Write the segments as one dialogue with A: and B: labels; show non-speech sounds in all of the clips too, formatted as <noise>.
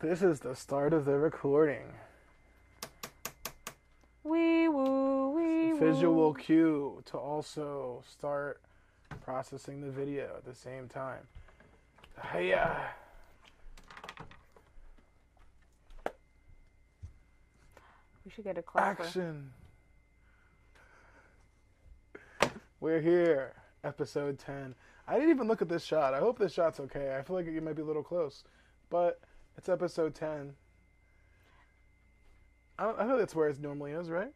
A: This is the start of the recording.
B: Wee woo, wee woo.
A: Visual cue to also start processing the video at the same time. uh, Hiya.
B: We should get a clap. for-
A: Action. We're here. Episode 10. I didn't even look at this shot. I hope this shot's okay. I feel like it might be a little close. But it's episode 10. I, I know that's where it normally is, right?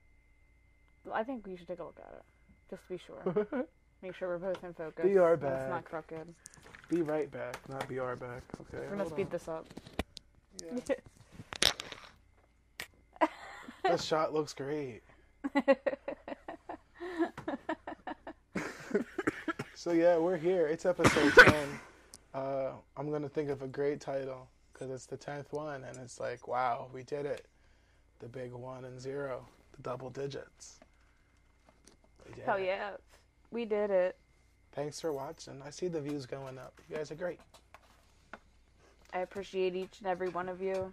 A: <laughs>
B: I think we should take a look at it, just to be
A: <laughs>
B: sure. Make sure we're both in focus.
A: Be our
B: that It's
A: back.
B: not crooked.
A: Be right back, not be our back. Okay.
B: We're gonna
A: hold
B: speed
A: on.
B: this up.
A: Yeah. <laughs> this shot looks great. so yeah, we're here. It's episode ten. Uh, I'm gonna think of a great title because it's the tenth one, and it's like, wow, we did it. The big one and zero, the double digits. We did
B: Oh
A: it.
B: yeah, we did it.
A: Thanks for watching. I see the views going up. You guys are great.
B: I appreciate each and every one of you.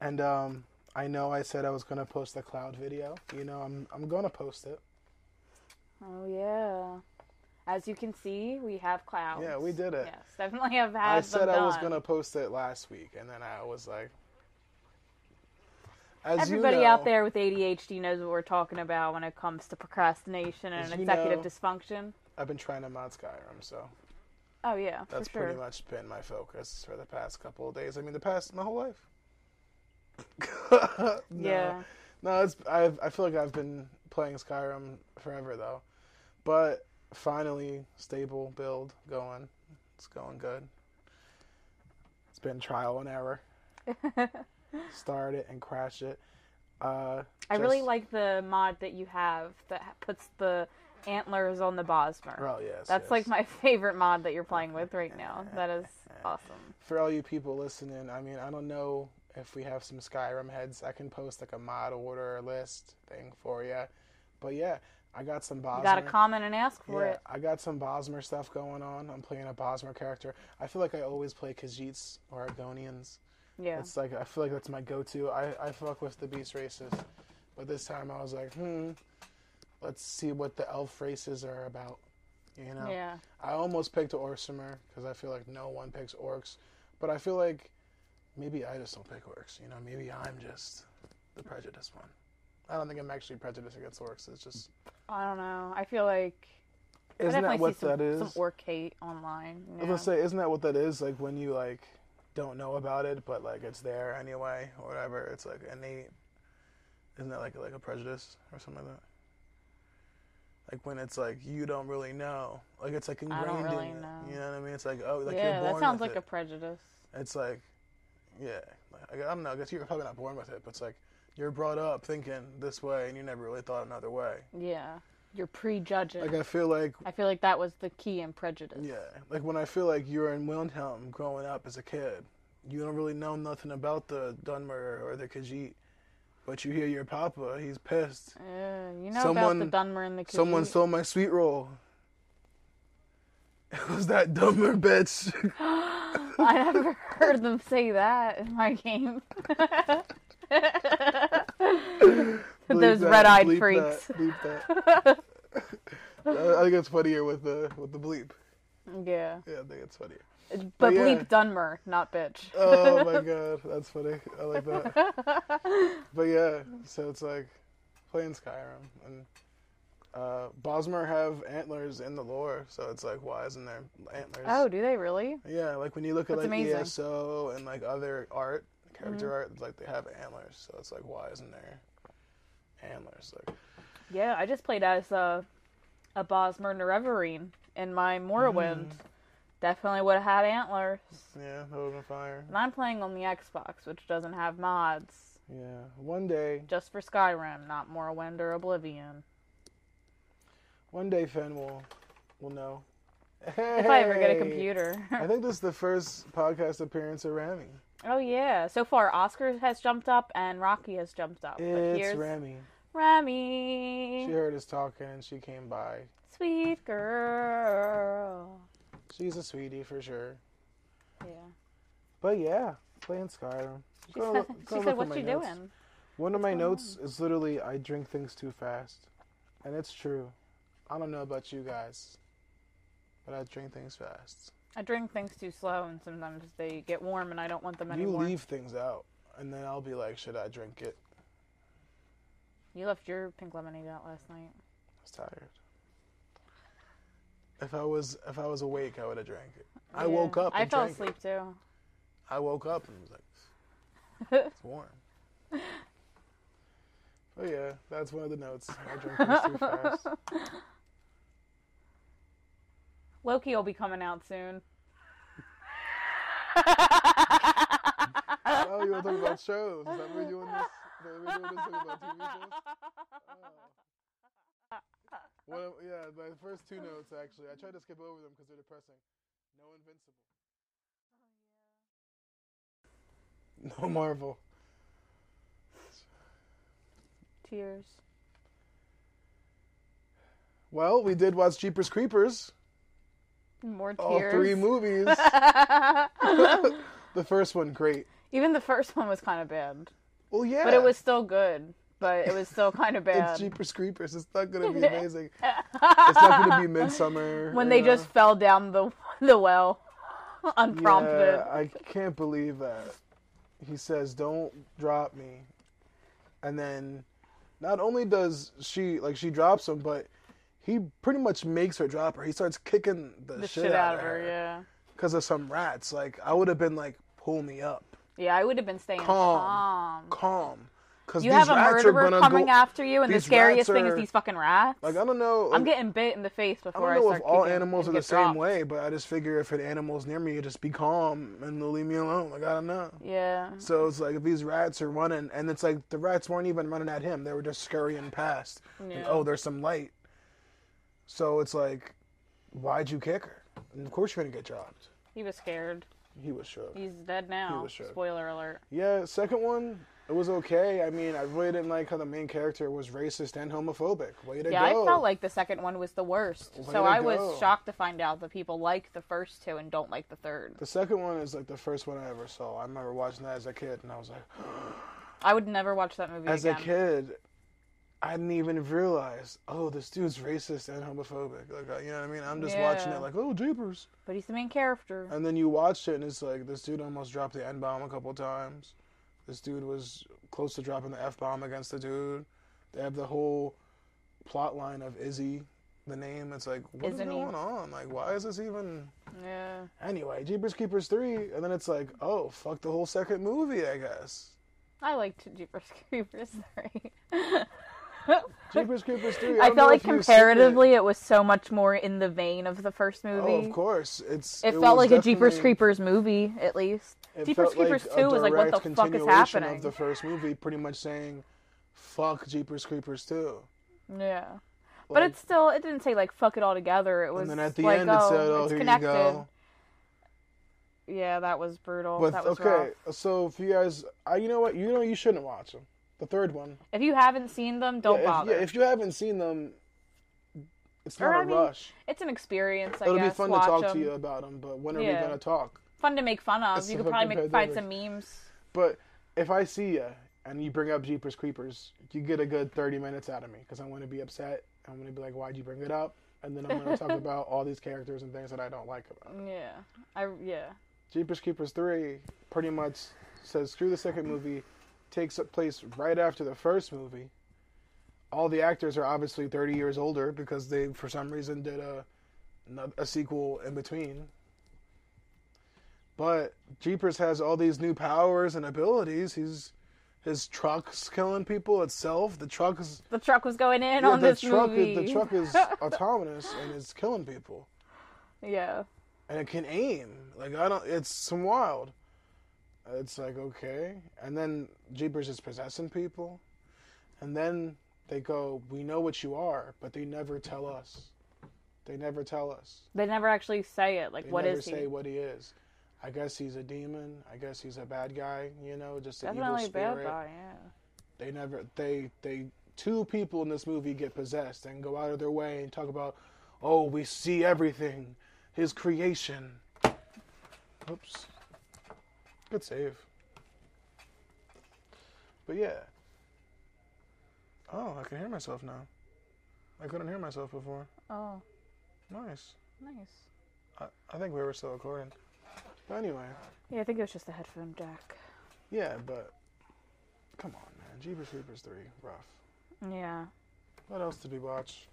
A: And um, I know I said I was gonna post the cloud video. You know, I'm I'm gonna post it.
B: Oh yeah. As you can see, we have clouds.
A: Yeah, we did it.
B: Yes, definitely have had.
A: I
B: them
A: said I was
B: done.
A: gonna post it last week, and then I was like, as
B: Everybody
A: you know,
B: out there with ADHD knows what we're talking about when it comes to procrastination
A: As
B: and
A: you
B: executive
A: know-
B: dysfunction.
A: I've been trying to mod Skyrim, so
B: Oh yeah,
A: that's
B: for sure.
A: pretty much been my focus for the past couple of days. I mean, the past my whole life. <laughs> no,
B: Yeah.
A: no, it's I've, I feel like I've been playing Skyrim forever though, but finally stable build going, it's going good. It's been trial and
B: <laughs>
A: error. Start it and crash it. Uh,
B: I really
A: just-
B: like the mod that you have that ha- puts the antlers on the Bosmer.
A: Oh yes,
B: That's like
A: yes.
B: my <laughs> favorite mod that you're playing with
A: <laughs>
B: right now. That is awesome.
A: for all you people listening. I mean, I don't know if we have some Skyrim heads. I can post like a mod order list thing for you, but yeah, I got some Bosmer.
B: You got to comment and ask for
A: yeah,
B: it.
A: I got some Bosmer stuff going on. I'm playing a Bosmer character. I feel like I always play Khajiits or Argonians.
B: Yeah.
A: It's like I feel like that's my go-to. I I fuck with the beast races, but this time I was like, hmm, let's see what the elf races are about. You know.
B: Yeah.
A: I almost picked Orsimer because I feel like no one picks orcs, but I feel like maybe I just don't pick orcs. You know, maybe I'm just the prejudiced one. I don't think I'm actually prejudiced against orcs. It's just
B: I don't know. I feel like I
A: isn't
B: definitely
A: that what
B: see some,
A: that is?
B: some orc hate online.
A: I was
B: yeah.
A: gonna say, isn't that what that is? Like when you like don't know about it, but like it's there anyway, or whatever. It's like innate. Isn't that like like a prejudice or something like that? Like when it's like you don't really know, like it's like ingrained
B: really
A: in you.
B: know.
A: You know what I mean? It's like oh, like
B: yeah,
A: you're born
B: that sounds
A: with
B: like
A: it.
B: a prejudice.
A: it's like, yeah, like, I don't know. I guess you're probably not born with it, but it's like you're brought up thinking this way, and you never really thought another way.
B: Yeah. You're prejudging.
A: Like I feel like,
B: I feel like that was the key in prejudice.
A: yeah, like when I feel like you're in Wilhelm growing up as a kid, you don't really know nothing about the Dunmer or the Khajiit, but you hear your papa, he's pissed.
B: Yeah, Uh, you know
A: Someone-
B: about the Dunmer and the Khajiit.
A: Someone stole my sweet roll. <laughs> It was that Dunmer bitch. <laughs>
B: <laughs> I never heard them say that in my <laughs> game.
A: Bleep
B: <laughs> Those
A: that,
B: red-eyed
A: bleep
B: freaks.
A: That, bleep that. <laughs> I
B: <laughs>
A: I think it's funnier with the with the bleep.
B: yeah.
A: Yeah, I think it's funnier.
B: But,
A: But Oh, yeah.
B: bleep Dunmer, not bitch.
A: Oh
B: <laughs>
A: my god, that's funny. I like that. But yeah, so it's like playing Skyrim, and Uh, Bosmer have antlers in the lore, so it's like, why isn't there antlers?
B: Oh, do they really?
A: Yeah, like when you look at
B: That's
A: like
B: amazing. Mm-hmm.
A: ESO and like other art, character art, like they have antlers. So it's like, why isn't there antlers? Like,
B: Yeah, I just played as a a Bosmer Nerevarine in my Morrowind.
A: Mm.
B: Definitely would have had antlers.
A: yeah, that would fire.
B: And I'm playing on the Xbox, which doesn't have mods,
A: Yeah, one day,
B: just for Skyrim, not Morrowind or Oblivion.
A: one day, Finn will will know.
B: If I ever get a
A: Hey! I
B: computer. <laughs>
A: think this is the first podcast appearance of Rami.
B: oh yeah. So far Oscar has jumped up and Rocky has jumped up. but
A: It's
B: here's
A: Rami.
B: Remy.
A: She heard us talking and she came by.
B: Sweet girl.
A: She's a sweetie for sure.
B: Yeah.
A: But yeah, playing Skyrim.
B: She
A: Go
B: said,
A: look- go
B: she
A: look
B: said
A: at
B: what
A: my
B: you
A: notes.
B: doing?
A: One of my notes is literally I drink things too fast. And it's true. I don't know about you guys, but I drink things fast.
B: I drink things too slow and sometimes they get warm and I don't want them
A: you
B: anymore.
A: leave things out, and then I'll be like, should I drink it?
B: You left your pink lemonade out last night.
A: I was tired. If I was if I was awake, I would have drank it. I woke
B: Yeah.
A: up. And
B: I fell
A: drank
B: asleep too.
A: It. I woke up and was like,
B: <laughs>
A: it's warm. But yeah, that's one of the notes. I drink things too fast.
B: <laughs> Loki will be coming out soon.
A: Oh, you want to talk about shows? Is that what you want this? Is that what you want to talk about TV shows? One of, yeah, my first two notes actually. I tried to skip over them because they're depressing. No Invincible.
B: Oh,
A: No Marvel.
B: <laughs> Tears.
A: Well, we did watch Jeepers Creepers.
B: More tears.
A: All Oh, three
B: <laughs>
A: movies. <laughs> the first one, great.
B: Even the first one was kind of bad,
A: Well, yeah.
B: but it was still good. But it was still kind
A: <laughs>
B: of
A: It's
B: bad.
A: Jeepers Creepers. It's not gonna
B: <laughs>
A: be amazing. it's not gonna be Midsummer.
B: when
A: you
B: they
A: know?
B: just fell down the <laughs> the well, unprompted.
A: Yeah, I can't believe that. He says, "Don't drop me," and then not only does she like she drops him, but he pretty much makes her drop her. He starts kicking the,
B: the shit out of her. Yeah.
A: because of some rats. Like I would have been like, "Pull me up,
B: Yeah, I would have been staying
A: Calm.
B: calm.
A: calm," because
B: You
A: these
B: have a
A: rats are
B: murderer
A: gonna
B: coming
A: go.
B: after you, and the
A: these
B: scariest
A: rats
B: thing is
A: are-
B: these fucking rats.
A: like I don't know.
B: I'm
A: like,
B: getting bit in the face
A: I
B: before
A: don't
B: I,
A: know
B: start
A: if all
B: kicking
A: animals are
B: and
A: the
B: get
A: same
B: dropped.
A: way, but I just figure if an animal's near me, just be calm and they'll leave me alone. Like I don't know.
B: Yeah.
A: So it's like if these rats are running, and it's like the rats weren't even running at him; they were just scurrying past. And,
B: Yeah.
A: oh, there's some light. So it's like, why'd you kick her? And of course you're gonna get dropped.
B: He was scared.
A: He was shook.
B: He's dead now.
A: was shook.
B: Spoiler alert.
A: Yeah, second one, it was okay. I mean, I really didn't like how the main character was racist and homophobic. Way to
B: Yeah, I
A: go!
B: felt like the second one was the worst.
A: to
B: so I
A: go.
B: was shocked to find out that people like the first two and don't like the third.
A: the second one is like the first one I ever saw. I remember watching that as a kid, and I was like,
B: I would never watch that movie
A: as a
B: again.
A: kid. I didn't even realize, oh, this dude's racist and homophobic. Like, uh, you know what I mean? I'm just watching
B: Yeah.
A: it like, oh, jeepers.
B: But he's the main character.
A: And then you watched it, and it's like this dude almost dropped the N bomb a couple times. This dude was close to dropping the F bomb against the dude. They have the whole plot line of Izzy, the name. It's like, what's
B: Isn't he?
A: going on? Like, why is this even.
B: Yeah.
A: Anyway, Jeepers Keepers 3. And then it's like, oh, fuck the whole second movie, I guess.
B: I liked Jeepers <laughs> Creepers 3.
A: Jeepers Keepers 3. I,
B: <laughs> I
A: don't know
B: felt like
A: if you've seen
B: comparatively it was so much more in the vein of the first
A: It.
B: movie.
A: Oh, of course. It's
B: It, felt
A: was
B: like a Jeepers
A: definitely-
B: Creepers movie, at least.
A: It
B: Jeepers
A: felt like
B: Creepers
A: a
B: 2 was like, what
A: direct
B: the fuck is
A: continuation
B: happening?
A: Of the first movie, pretty much saying, "Fuck Jeepers Creepers 2.
B: Yeah. But
A: Like-
B: it's still, it didn't say like fuck it all together. It was
A: and then at the
B: like,
A: end,
B: oh,
A: it said, "Oh,
B: it's
A: here
B: connected.
A: you go."
B: Yeah, that was brutal.
A: But
B: that was
A: okay,
B: rough.
A: so if you guys, I, you know what, you know, you shouldn't watch them. The third one.
B: If you haven't seen them, don't
A: If,
B: bother.
A: yeah, if you haven't seen them, it's
B: Or,
A: not a
B: I mean,
A: rush.
B: it's an experience, I
A: It'll
B: guess.
A: be fun
B: Watch
A: to talk to
B: 'em.
A: you about them, but when are we
B: Yeah.
A: gonna talk?
B: Fun to make fun of.
A: It's
B: You
A: a
B: could probably
A: fucking
B: make, find some
A: pandemic.
B: memes.
A: But if I see you and you bring up Jeepers Creepers, you get a good thirty minutes out of me because I'm gonna be upset. I'm gonna be like, "Why'd you bring it up?" And then I'm gonna talk about all these characters and things that I don't like about. 'em.
B: Yeah. I, yeah.
A: Jeepers Creepers 3 pretty much says screw the second movie, takes place right after the first movie. all the actors are obviously 30 years older because they, for some reason, did a ano- a sequel in between. But Jeepers has all these new powers and abilities. He's his truck's killing people itself. The truck is
B: The truck was going in
A: yeah,
B: on
A: the
B: this
A: truck
B: movie.
A: is the truck is autonomous and it's killing people.
B: yeah.
A: and it can aim. Like I don't. It's some wild. It's like okay, and then Jeepers is possessing people, and then they go, "We know what you are," but they never tell us. They never tell us.
B: They never actually say it. Like,
A: They
B: what
A: never
B: is he?
A: say what he is. I guess he's a demon. I guess he's a bad guy. You know, just an
B: Definitely
A: evil
B: a bad
A: spirit.
B: guy. Yeah.
A: They never. They they two people in this movie get possessed and go out of their way and talk about, "Oh, we see everything, his creation." Oops. Good save. But yeah. Oh, I can hear myself now. I couldn't hear myself before.
B: Oh,
A: Nice.
B: nice.
A: I, I think we were still recording. But anyway,
B: Yeah, I think it was just the headphone jack.
A: yeah, but come on, man. Jeepers Creepers 3, rough.
B: Yeah.
A: What else did we watch?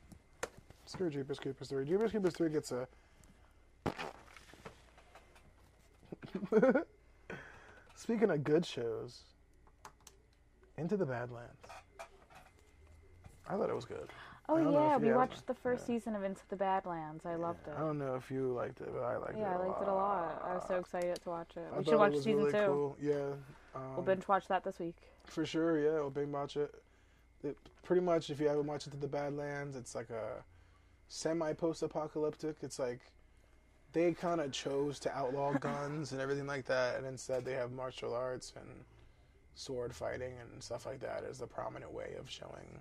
A: Screw Jeepers Creepers 3. Jeepers Creepers 3 gets a. <laughs> Speaking of good shows, Into the Badlands. I thought it was good.
B: Oh
A: I don't know
B: yeah,
A: if
B: we
A: you have-
B: watched the first season of Into the Badlands. I loved it.
A: I don't know if you liked it, but I liked
B: yeah,
A: it.
B: I liked it a lot. I was so excited to watch it.
A: I
B: We
A: thought
B: should
A: it
B: watch
A: was
B: season
A: really
B: two.
A: Cool. Yeah. Um,
B: We'll binge watch that this week.
A: For sure, yeah, we'll binge watch it. it. Pretty much, if you haven't watched it to the Badlands, it's like a semi post apocalyptic. It's like they kind of chose to outlaw guns and everything like that, and instead they have martial arts and sword fighting and stuff like that as the prominent way of showing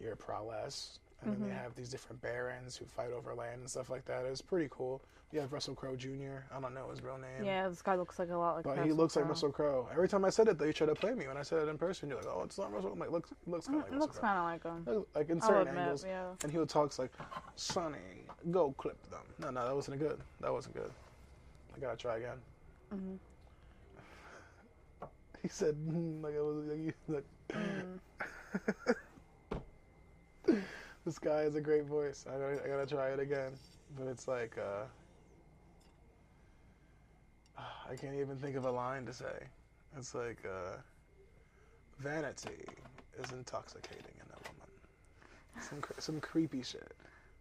A: your prowess. And then they have these different barons who fight over land and stuff like that. It's pretty cool. You have Russell Crowe Jr. I don't know his real name.
B: Yeah, this guy looks like a lot like.
A: But he
B: Russell
A: looks like
B: Crowe.
A: Russell Crowe. Every time I said it, they tried to play me. When I said it in person, you're like, "Oh, it's not Russell." I'm like, "Looks, looks kind of like
B: Mm, looks
A: Russell Crowe."
B: kind of like him.
A: Look- Like in
B: I'll
A: certain
B: admit,
A: angles,
B: yeah.
A: and he would talks like, "Sonny, go clip them." No, no, that wasn't good. That wasn't good. I gotta try again.
B: Mhm.
A: <laughs> He said, mm, "Like I was like, you- like <laughs>
B: Mm.
A: <laughs> this guy has a great voice. I gotta, I gotta try it again." But it's like, uh, <sighs> I can't even think of a line to say. It's like, uh, vanity is intoxicating in a woman. Some cre- some creepy shit.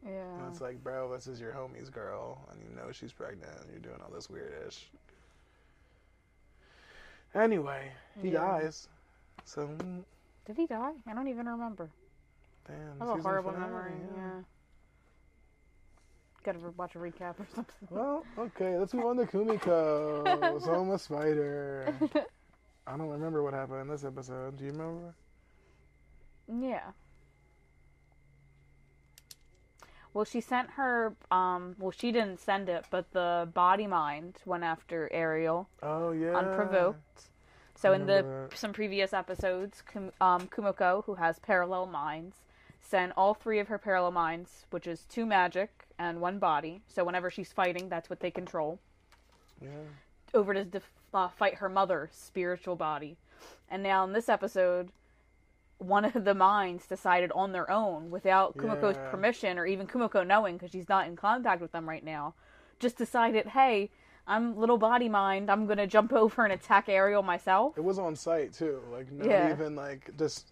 A: And it's
B: Yeah.
A: like, bro, this is your homie's girl, and you know she's pregnant, and you're doing all this weird ish. Anyway, he
B: Yeah.
A: dies. So, mm,
B: Did he die? I don't even remember.
A: damn.
B: I have a
A: season
B: horrible
A: finale,
B: memory. Yeah. Gotta re- watch a recap or something.
A: Well, okay, let's move on to
B: <laughs>
A: Kumiko. so I'm a spider. I don't remember what happened in this episode. Do you remember?
B: Yeah. Well, she sent her. Um. Well, she didn't send it, but the body mind went after Ariel
A: Oh, yeah.
B: unprovoked. So in the
A: Ah. remember that.
B: some previous episodes, Kum, um, Kumiko, who has parallel minds, sent all three of her parallel minds, which is two magic and one body. So whenever she's fighting, that's what they control
A: Yeah.
B: over to def- uh, fight her mother's spiritual body. And now in this episode, one of the minds decided on their own without Kumiko's
A: Yeah.
B: permission or even Kumiko knowing because she's not in contact with them right now. Just decided, hey, I'm little body mind. I'm gonna jump <laughs> over and attack Ariel myself.
A: It was on site, too. Like, not
B: Yeah.
A: even, like, just.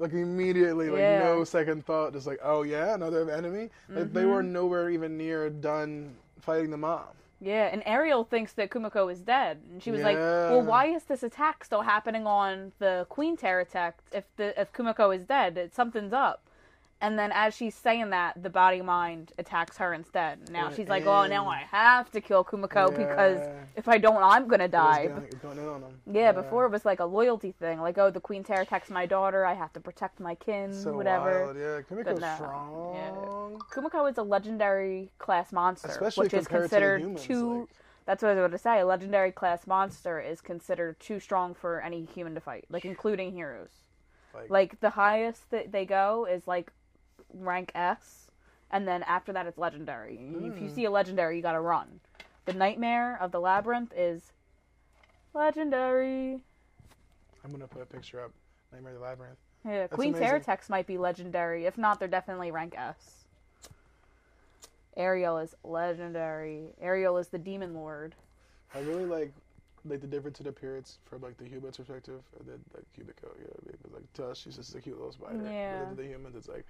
A: Like immediately, like
B: Yeah.
A: no second thought, just like oh yeah, another enemy. Like
B: Mm-hmm.
A: they were nowhere even near done fighting the mom.
B: Yeah, and Ariel thinks that Kumiko is dead, and she was like,
A: Yeah.
B: "Well, why is this attack still happening on the Queen Terror attack? If the if Kumiko is dead, it, something's up." And then as she's saying that, the body mind attacks her instead. Now
A: Yeah,
B: she's like, "Oh,
A: and-
B: now I have to kill Kumiko because
A: Yeah.
B: if I don't, I'm gonna
A: It was
B: die."
A: going- it was going in on them.
B: yeah, before it was like a loyalty thing, like, "Oh, the Queen Terror attacks my daughter. I have to protect my kin,
A: so
B: whatever."
A: wild. Yeah, can we go
B: But no,
A: strong?
B: yeah. Kumiko is a legendary class monster,
A: Especially
B: which is
A: compared
B: considered
A: to the humans.
B: too.
A: like,
B: That's what I was about to say. A legendary class monster is considered too strong for any human to fight, like including heroes.
A: Like-
B: Like, the highest that they go is like rank S, and then after that it's legendary. If
A: Hmm.
B: you see a legendary, you gotta run. The nightmare of the labyrinth is legendary.
A: I'm gonna put a picture up. Nightmare of the Labyrinth.
B: Yeah, Queen
A: amazing.
B: Terratex might be legendary. If not, they're definitely rank S. Ariel is legendary. Ariel is the demon lord.
A: I really like like the difference in appearance from like the human's perspective and then like Cubico, you know what I mean? 'Cause, like to us she's just a cute little spider. But
B: Yeah.
A: then to the humans it's like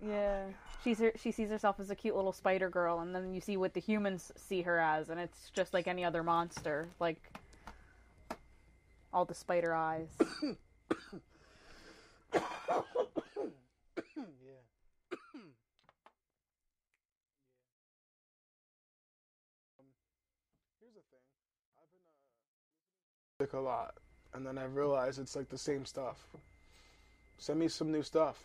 B: Yeah, she's her, she sees herself as a cute little spider girl, and then you see what the humans see her as, and it's just like any other monster, like all the spider eyes.
A: Yeah. Um, Here's the thing. I've been uh music a lot and then I realized it's like the same stuff. Send me some new stuff.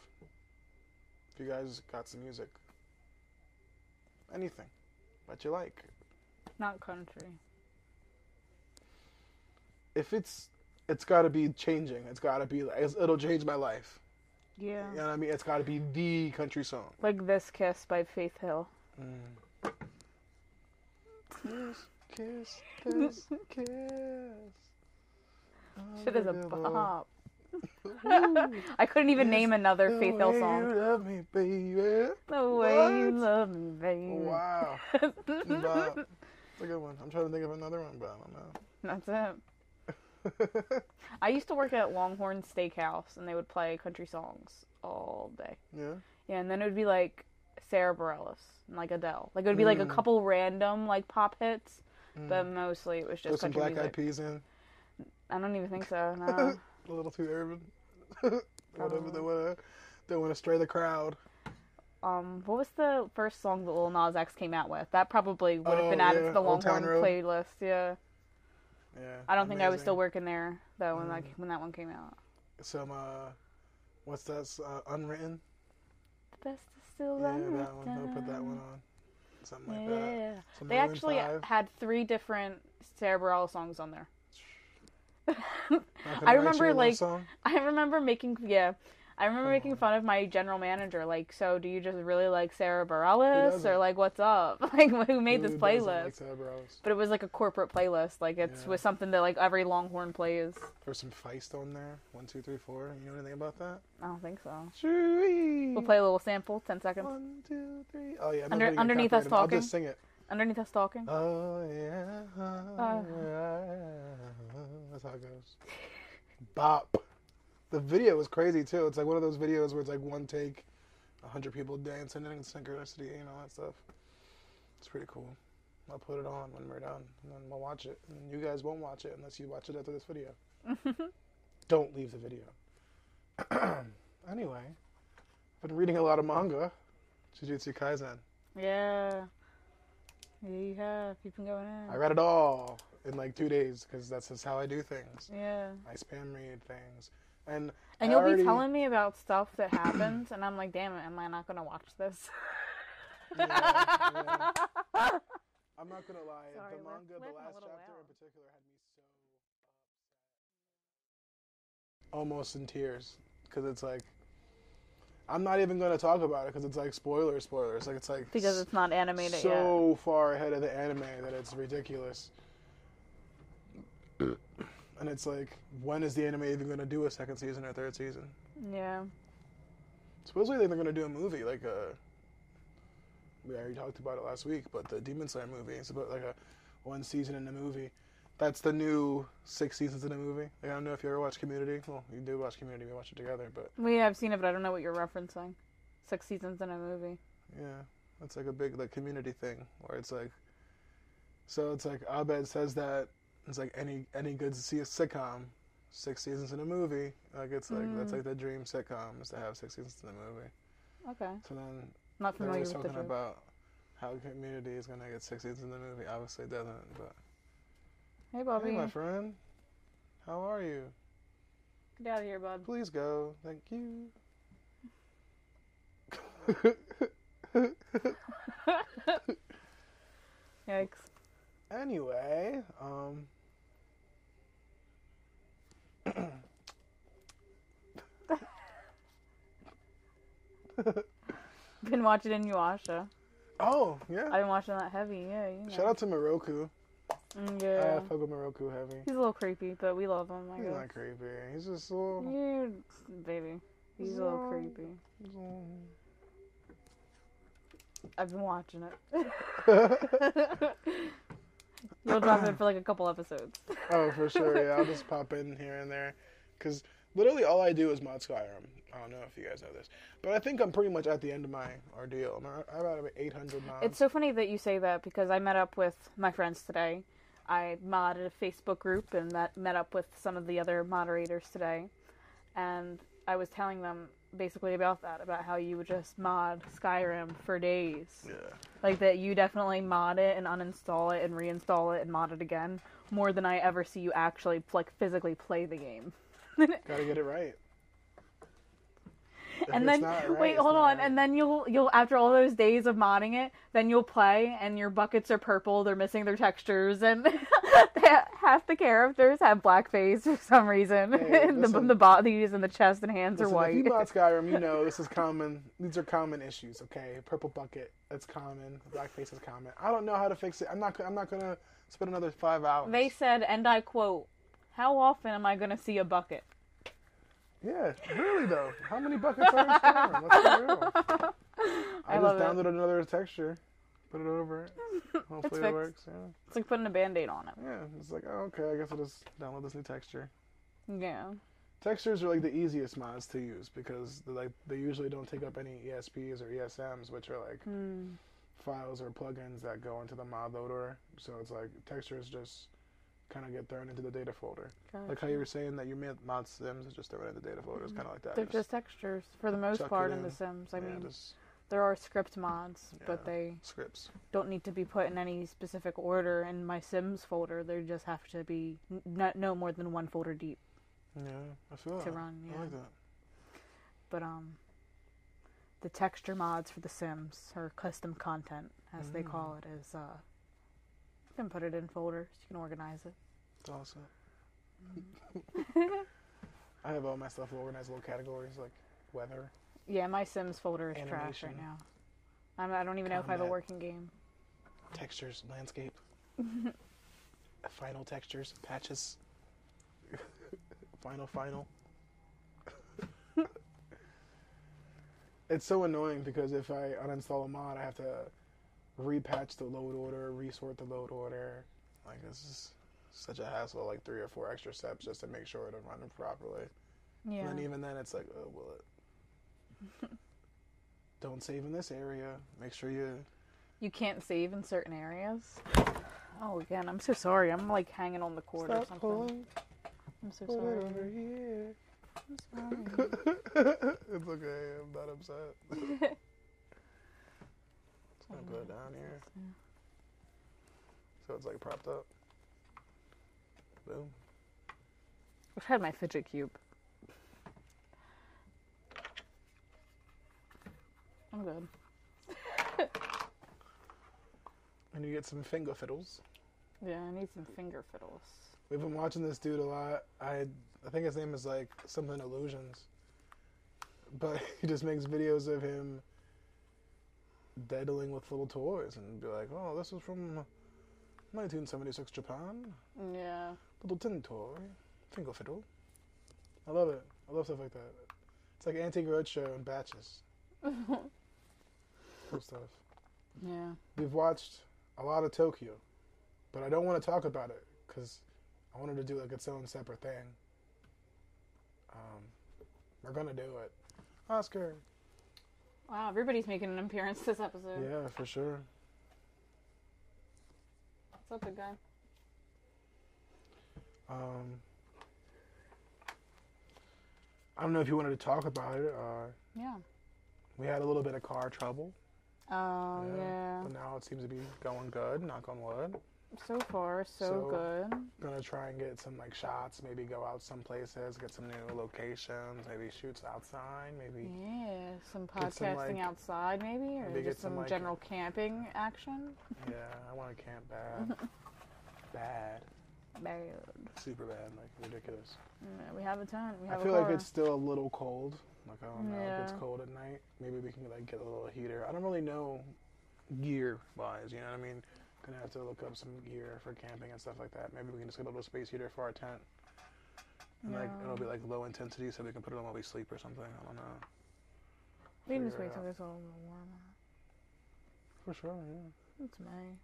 A: If you guys got some music. Anything that you like.
B: Not country.
A: If it's it's got to be changing. It's got to be like it'll change my life.
B: Yeah.
A: You know what I mean? It's got to be the country song.
B: Like this kiss by Faith Hill.
A: Kiss, <laughs> kiss, kiss, kiss.
B: Shit is a
A: Unbelievable.
B: bop. <laughs> I couldn't even name another Faith Hill
A: way
B: song.
A: You love me, baby.
B: The way you
A: What?
B: love me, baby.
A: Wow.
B: <laughs>
A: Bop. It's a good one. I'm trying to think of another one, but I
B: <laughs> That's it.
A: don't know. <laughs>
B: I used to work at Longhorn Steakhouse, and they would play country songs all day.
A: yeah.
B: Yeah, and then it would be like Sarah Bareilles and like Adele. Like it would be like a
A: Mm.
B: couple random like pop hits, but mostly it was
A: Throw
B: just
A: some
B: country
A: black eyed
B: music.
A: peas in.
B: I don't even think so.
A: <laughs> A
B: No.
A: little too urban. <laughs> Whatever they
B: Oh.
A: wanna they wanna stray the crowd.
B: um, what was the first song that Lil Nas X came out with? That probably would have
A: Oh,
B: been added
A: yeah,
B: to the
A: Old Town
B: Longhorn
A: Road.
B: playlist. Yeah,
A: Yeah.
B: I don't think I was
A: amazing. Mm.
B: still working there though when like when that one came out.
A: some uh what's that s- uh, unwritten?
B: The best is still
A: Yeah, that one. I'll put that
B: unwritten.
A: one on. Something like that.
B: Yeah,
A: Some
B: they
A: Maroon
B: actually
A: five.
B: had three different Sarah Bareilles songs on there. <laughs>
A: Not gonna
B: I
A: write
B: remember,
A: you a love
B: like-
A: song.
B: I remember making yeah. I remember making fun of my general manager, like, so do you just really like Sarah Bareilles, or
A: doesn't?
B: like, what's up? <laughs> Like, who made
A: Who doesn't
B: this playlist?
A: Like Tab Rouse?
B: but it was like a corporate playlist, like it's
A: Yeah.
B: was something that like every Longhorn plays.
A: There's some Feist on there. One, two, three, four. You know anything about that?
B: I don't think so.
A: Chewie.
B: We'll play a little sample, ten seconds.
A: One, two, three. Oh yeah. I'm not
B: Under-
A: gonna get
B: underneath us
A: copyrighted.
B: talking.
A: I'll just sing it.
B: Underneath us talking.
A: Oh yeah. That's how it goes. Bop. The video was crazy too. It's like one of those videos where it's like one take, a hundred people dancing in synchronicity and all that stuff. It's pretty cool. I'll put it on when we're done, and then we'll watch it. And you guys won't watch it unless you watch it after this video. Don't leave the video. <clears throat> anyway, I've been reading a lot of manga. Jujutsu Kaisen.
B: Yeah. Yeah, you have. You've been going in.
A: I read it all in like two days because that's just how I do things.
B: yeah.
A: I spam read things, and I
B: And you'll be
A: already-
B: telling me about stuff that happens, and I'm like, damn it, am I not gonna watch this?
A: <laughs> Yeah, yeah. I'm not gonna lie.
B: Sorry,
A: the
B: laugh-
A: manga, the
B: laughing a
A: last chapter
B: little
A: in
B: loud.
A: particular, had me so upset. almost in tears because it's like I'm not even gonna talk about it because it's like spoiler, spoilers. Like it's like
B: <laughs> because
A: s-
B: it's not animated yet.
A: so far ahead of the anime that it's ridiculous. And it's like, when is the anime even going to do a second season or third season?
B: Yeah.
A: Supposedly they're going to do a movie, like a. We already talked about it last week, but the Demon Slayer movie is about like a one season in a movie. That's the new six seasons in a movie. Like, I don't know if you ever watched Community. Well, you do watch Community. We watched it together, but
B: We have seen it, but I don't know what you're referencing. Six seasons in a movie.
A: Yeah, it's like a big like community thing where it's like, so it's like Abed says that it's like any any good see a sitcom, six seasons in a movie. Like it's like that's
B: Mm.
A: like the dream sitcom is to have six seasons in a movie.
B: Okay.
A: So then
B: Not
A: they're
B: familiar
A: always
B: with the
A: talking
B: joke.
A: about how community is gonna get six seasons in the movie. Obviously it doesn't, but
B: Hey, Bobby.
A: hey my friend, how are you?
B: Get out of here, bud.
A: Please go. Thank you. <laughs>
B: Yikes. <laughs>
A: Anyway, um.
B: Been watching Inuyasha.
A: Oh yeah.
B: I've been watching that heavy. Yeah, you know.
A: Shout out to Moroku.
B: Mm,
A: Yeah.
B: Yeah.
A: I fuck with Moroku heavy.
B: He's a little creepy, but we love him. I
A: He's
B: guess.
A: not creepy. He's just a little.
B: You baby. He's a little creepy. I've been watching it. <laughs> You'll drop in for like a couple episodes.
A: <laughs> Oh, for sure. Yeah, I'll just pop in here and there, because literally all I do is mod Skyrim. I don't know if you guys know this, but I think I'm pretty much at the end of my ordeal. I'm ar- I'm about about 800 mods.
B: It's so funny that you say that because I met up with my friends today. I modded a Facebook group and that met up with some of the other moderators today, and I was telling them basically about that about how you would just mod Skyrim for days,
A: yeah,
B: like that you definitely mod it and uninstall it and reinstall it and mod it again more than I ever see you actually like physically play the game.
A: gotta get it right. If
B: and
A: it's
B: then <laughs>
A: not right,
B: wait,
A: it's
B: hold
A: not
B: on,
A: right.
B: and then you'll you'll after all those days of modding it, then you'll play, and your buckets are purple, they're missing their textures, and <laughs> ha- half the characters have blackface for some reason.
A: Hey,
B: And <laughs> the
A: listen.
B: the bodies and the chest and hands
A: Listen,
B: are
A: If you
B: white.
A: mod Skyrim, you know this is common. These are common issues. Okay, purple bucket, that's common. Blackface is common. I don't know how to fix it. I'm not. I'm not gonna spend another five hours.
B: <laughs> They said, and I quote, "How often am I going to see a bucket?"
A: Yeah, really though. How many buckets are in Skyrim? Let's be real. I,
B: <laughs> I
A: just
B: love it.
A: downloaded another texture, put it
B: <laughs>
A: over it. Hopefully it
B: fixed.
A: works. Yeah.
B: It's like putting a band-aid on it.
A: yeah, it's like oh, okay. I guess I'll just download this new texture.
B: Yeah,
A: Textures are like the easiest mods to use because they like they usually don't take up any ESPs or ESMs, which are like
B: Hmm.
A: files or plugins that go into the mod loader. So it's like textures just kind of get thrown into the data folder. Like how you were saying that your mod- mod sims is just thrown in the data folder. It's kind of like that.
B: Mm-hmm. they're just textures for the most
A: chuck it
B: part in
A: in.
B: The Sims. I
A: yeah,
B: mean,
A: just
B: there are script mods,
A: Yeah.
B: but they
A: scripts.
B: don't need to be put in any specific order in my Sims folder. They just have to be n- not no more than one folder deep
A: Yeah, I feel
B: to
A: that.
B: run. Yeah,
A: Oh, I like that.
B: but um, the texture mods for the Sims or custom content, as they
A: Mm.
B: call it, is uh, you can put it in folders. You can organize it.
A: It's awesome.
B: Mm.
A: <laughs> I have all my stuff organized little categories like weather.
B: Yeah, my Sims folder is trash
A: Animation.
B: right now. I'm, I don't even know if I have a
A: Combat.
B: working game.
A: textures, <laughs> landscape, final textures, patches, final, final. <laughs> it's so annoying because if I uninstall a mod, I have to repatch the load order, resort the load order. Like, this is such a hassle, like three or four extra steps just to make sure it'll run properly.
B: Yeah,
A: And then even then, it's like, oh, will it? Don't save in this area. Make sure you
B: you can't save in certain areas. Oh, again, I'm so sorry. I'm like hanging on the cord or something. I'm so
A: Pull it
B: sorry.
A: over <laughs> here.
B: I'm sorry.
A: it's okay. I'm not upset. Just gonna put it down here. So it's like propped up. Boom.
B: I've had my fidget cube. I'm good.
A: And you get some finger fiddles.
B: Yeah, I need some finger fiddles.
A: We've been watching this dude a lot. I I think his name is like something illusions. But <laughs> he just makes videos of him diddling with little toys and be like, oh, this is from 1976 Japan.
B: Yeah.
A: little tin toy, finger fiddle. I love it. I love stuff like that. It's like Antique Roadshow in batches. cool stuff.
B: Yeah.
A: We've watched a lot of Tokyo, but I don't want to talk about it because I wanted to do like its own separate thing. Um, we're gonna do it, Oscar.
B: Wow, everybody's making an appearance this episode.
A: Yeah, for sure.
B: What's up, big guy?
A: Um, I don't know if you wanted to talk about it. Uh,
B: Yeah.
A: we had a little bit of car trouble.
B: Oh,
A: Yeah.
B: yeah.
A: But now it seems to be going good, knock on wood.
B: So far, so,
A: So-
B: good.
A: Gonna try and get some like shots, maybe go out some places, get some new locations, maybe shoots outside, maybe
B: Yeah. Some
A: Get some,
B: podcasting
A: like-
B: outside, maybe, or
A: maybe get
B: just
A: some,
B: some,
A: like-
B: general camping action.
A: yeah, I wanna camp bad. bad.
B: Bad.
A: Super bad, like ridiculous.
B: Yeah, we have a tent. We
A: I
B: have a
A: feel like
B: car.
A: it's still a little cold. Like I don't know, if
B: Yeah.
A: it's cold at night. Maybe we can like get a little heater. I don't really know gear wise, you know what I mean? Gonna have to look up some gear for camping and stuff like that. Maybe we can just get a little space heater for our tent. And like
B: No.
A: it'll be like low intensity, so we can put it on while we sleep or something. I don't know.
B: We can just
A: figure it
B: wait till
A: out.
B: it's a little warmer.
A: For sure, yeah.
B: It's May.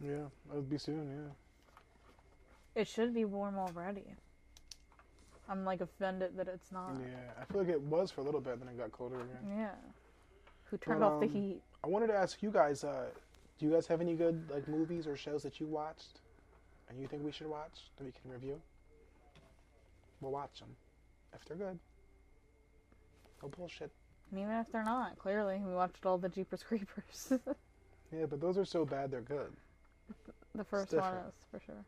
A: Yeah, it would be soon, yeah.
B: It should be warm already. I'm like offended that it's not.
A: Yeah, I feel like it was for a little bit, then it got colder again.
B: Yeah. Who turned
A: But,
B: off the
A: um,
B: heat?
A: I wanted to ask you guys, uh, do you guys have any good like movies or shows that you watched, and you think we should watch that we can review? We'll watch them if they're good. No bullshit.
B: And even if they're not, clearly we watched all the Jeepers Creepers. <laughs>
A: Yeah, but those are so bad they're good.
B: the first one
A: different.
B: is for sure.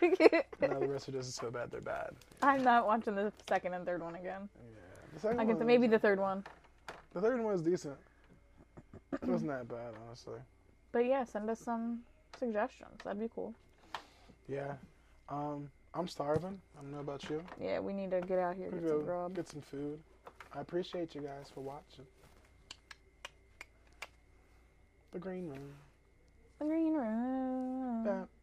B: <laughs>
A: And now the rest are just so bad they're bad.
B: I'm not watching the second and third one again.
A: Yeah. The second
B: I guess
A: one-
B: maybe the third one.
A: the third one was decent. It wasn't that bad, honestly.
B: But yeah, send us some suggestions. That'd be cool.
A: Yeah. Um, I'm starving. I don't know about you.
B: Yeah, we need to get out here
A: We'll
B: and get some
A: go
B: grub.
A: Get some food. I appreciate you guys for watching. The green room.
B: The green room.
A: Bam.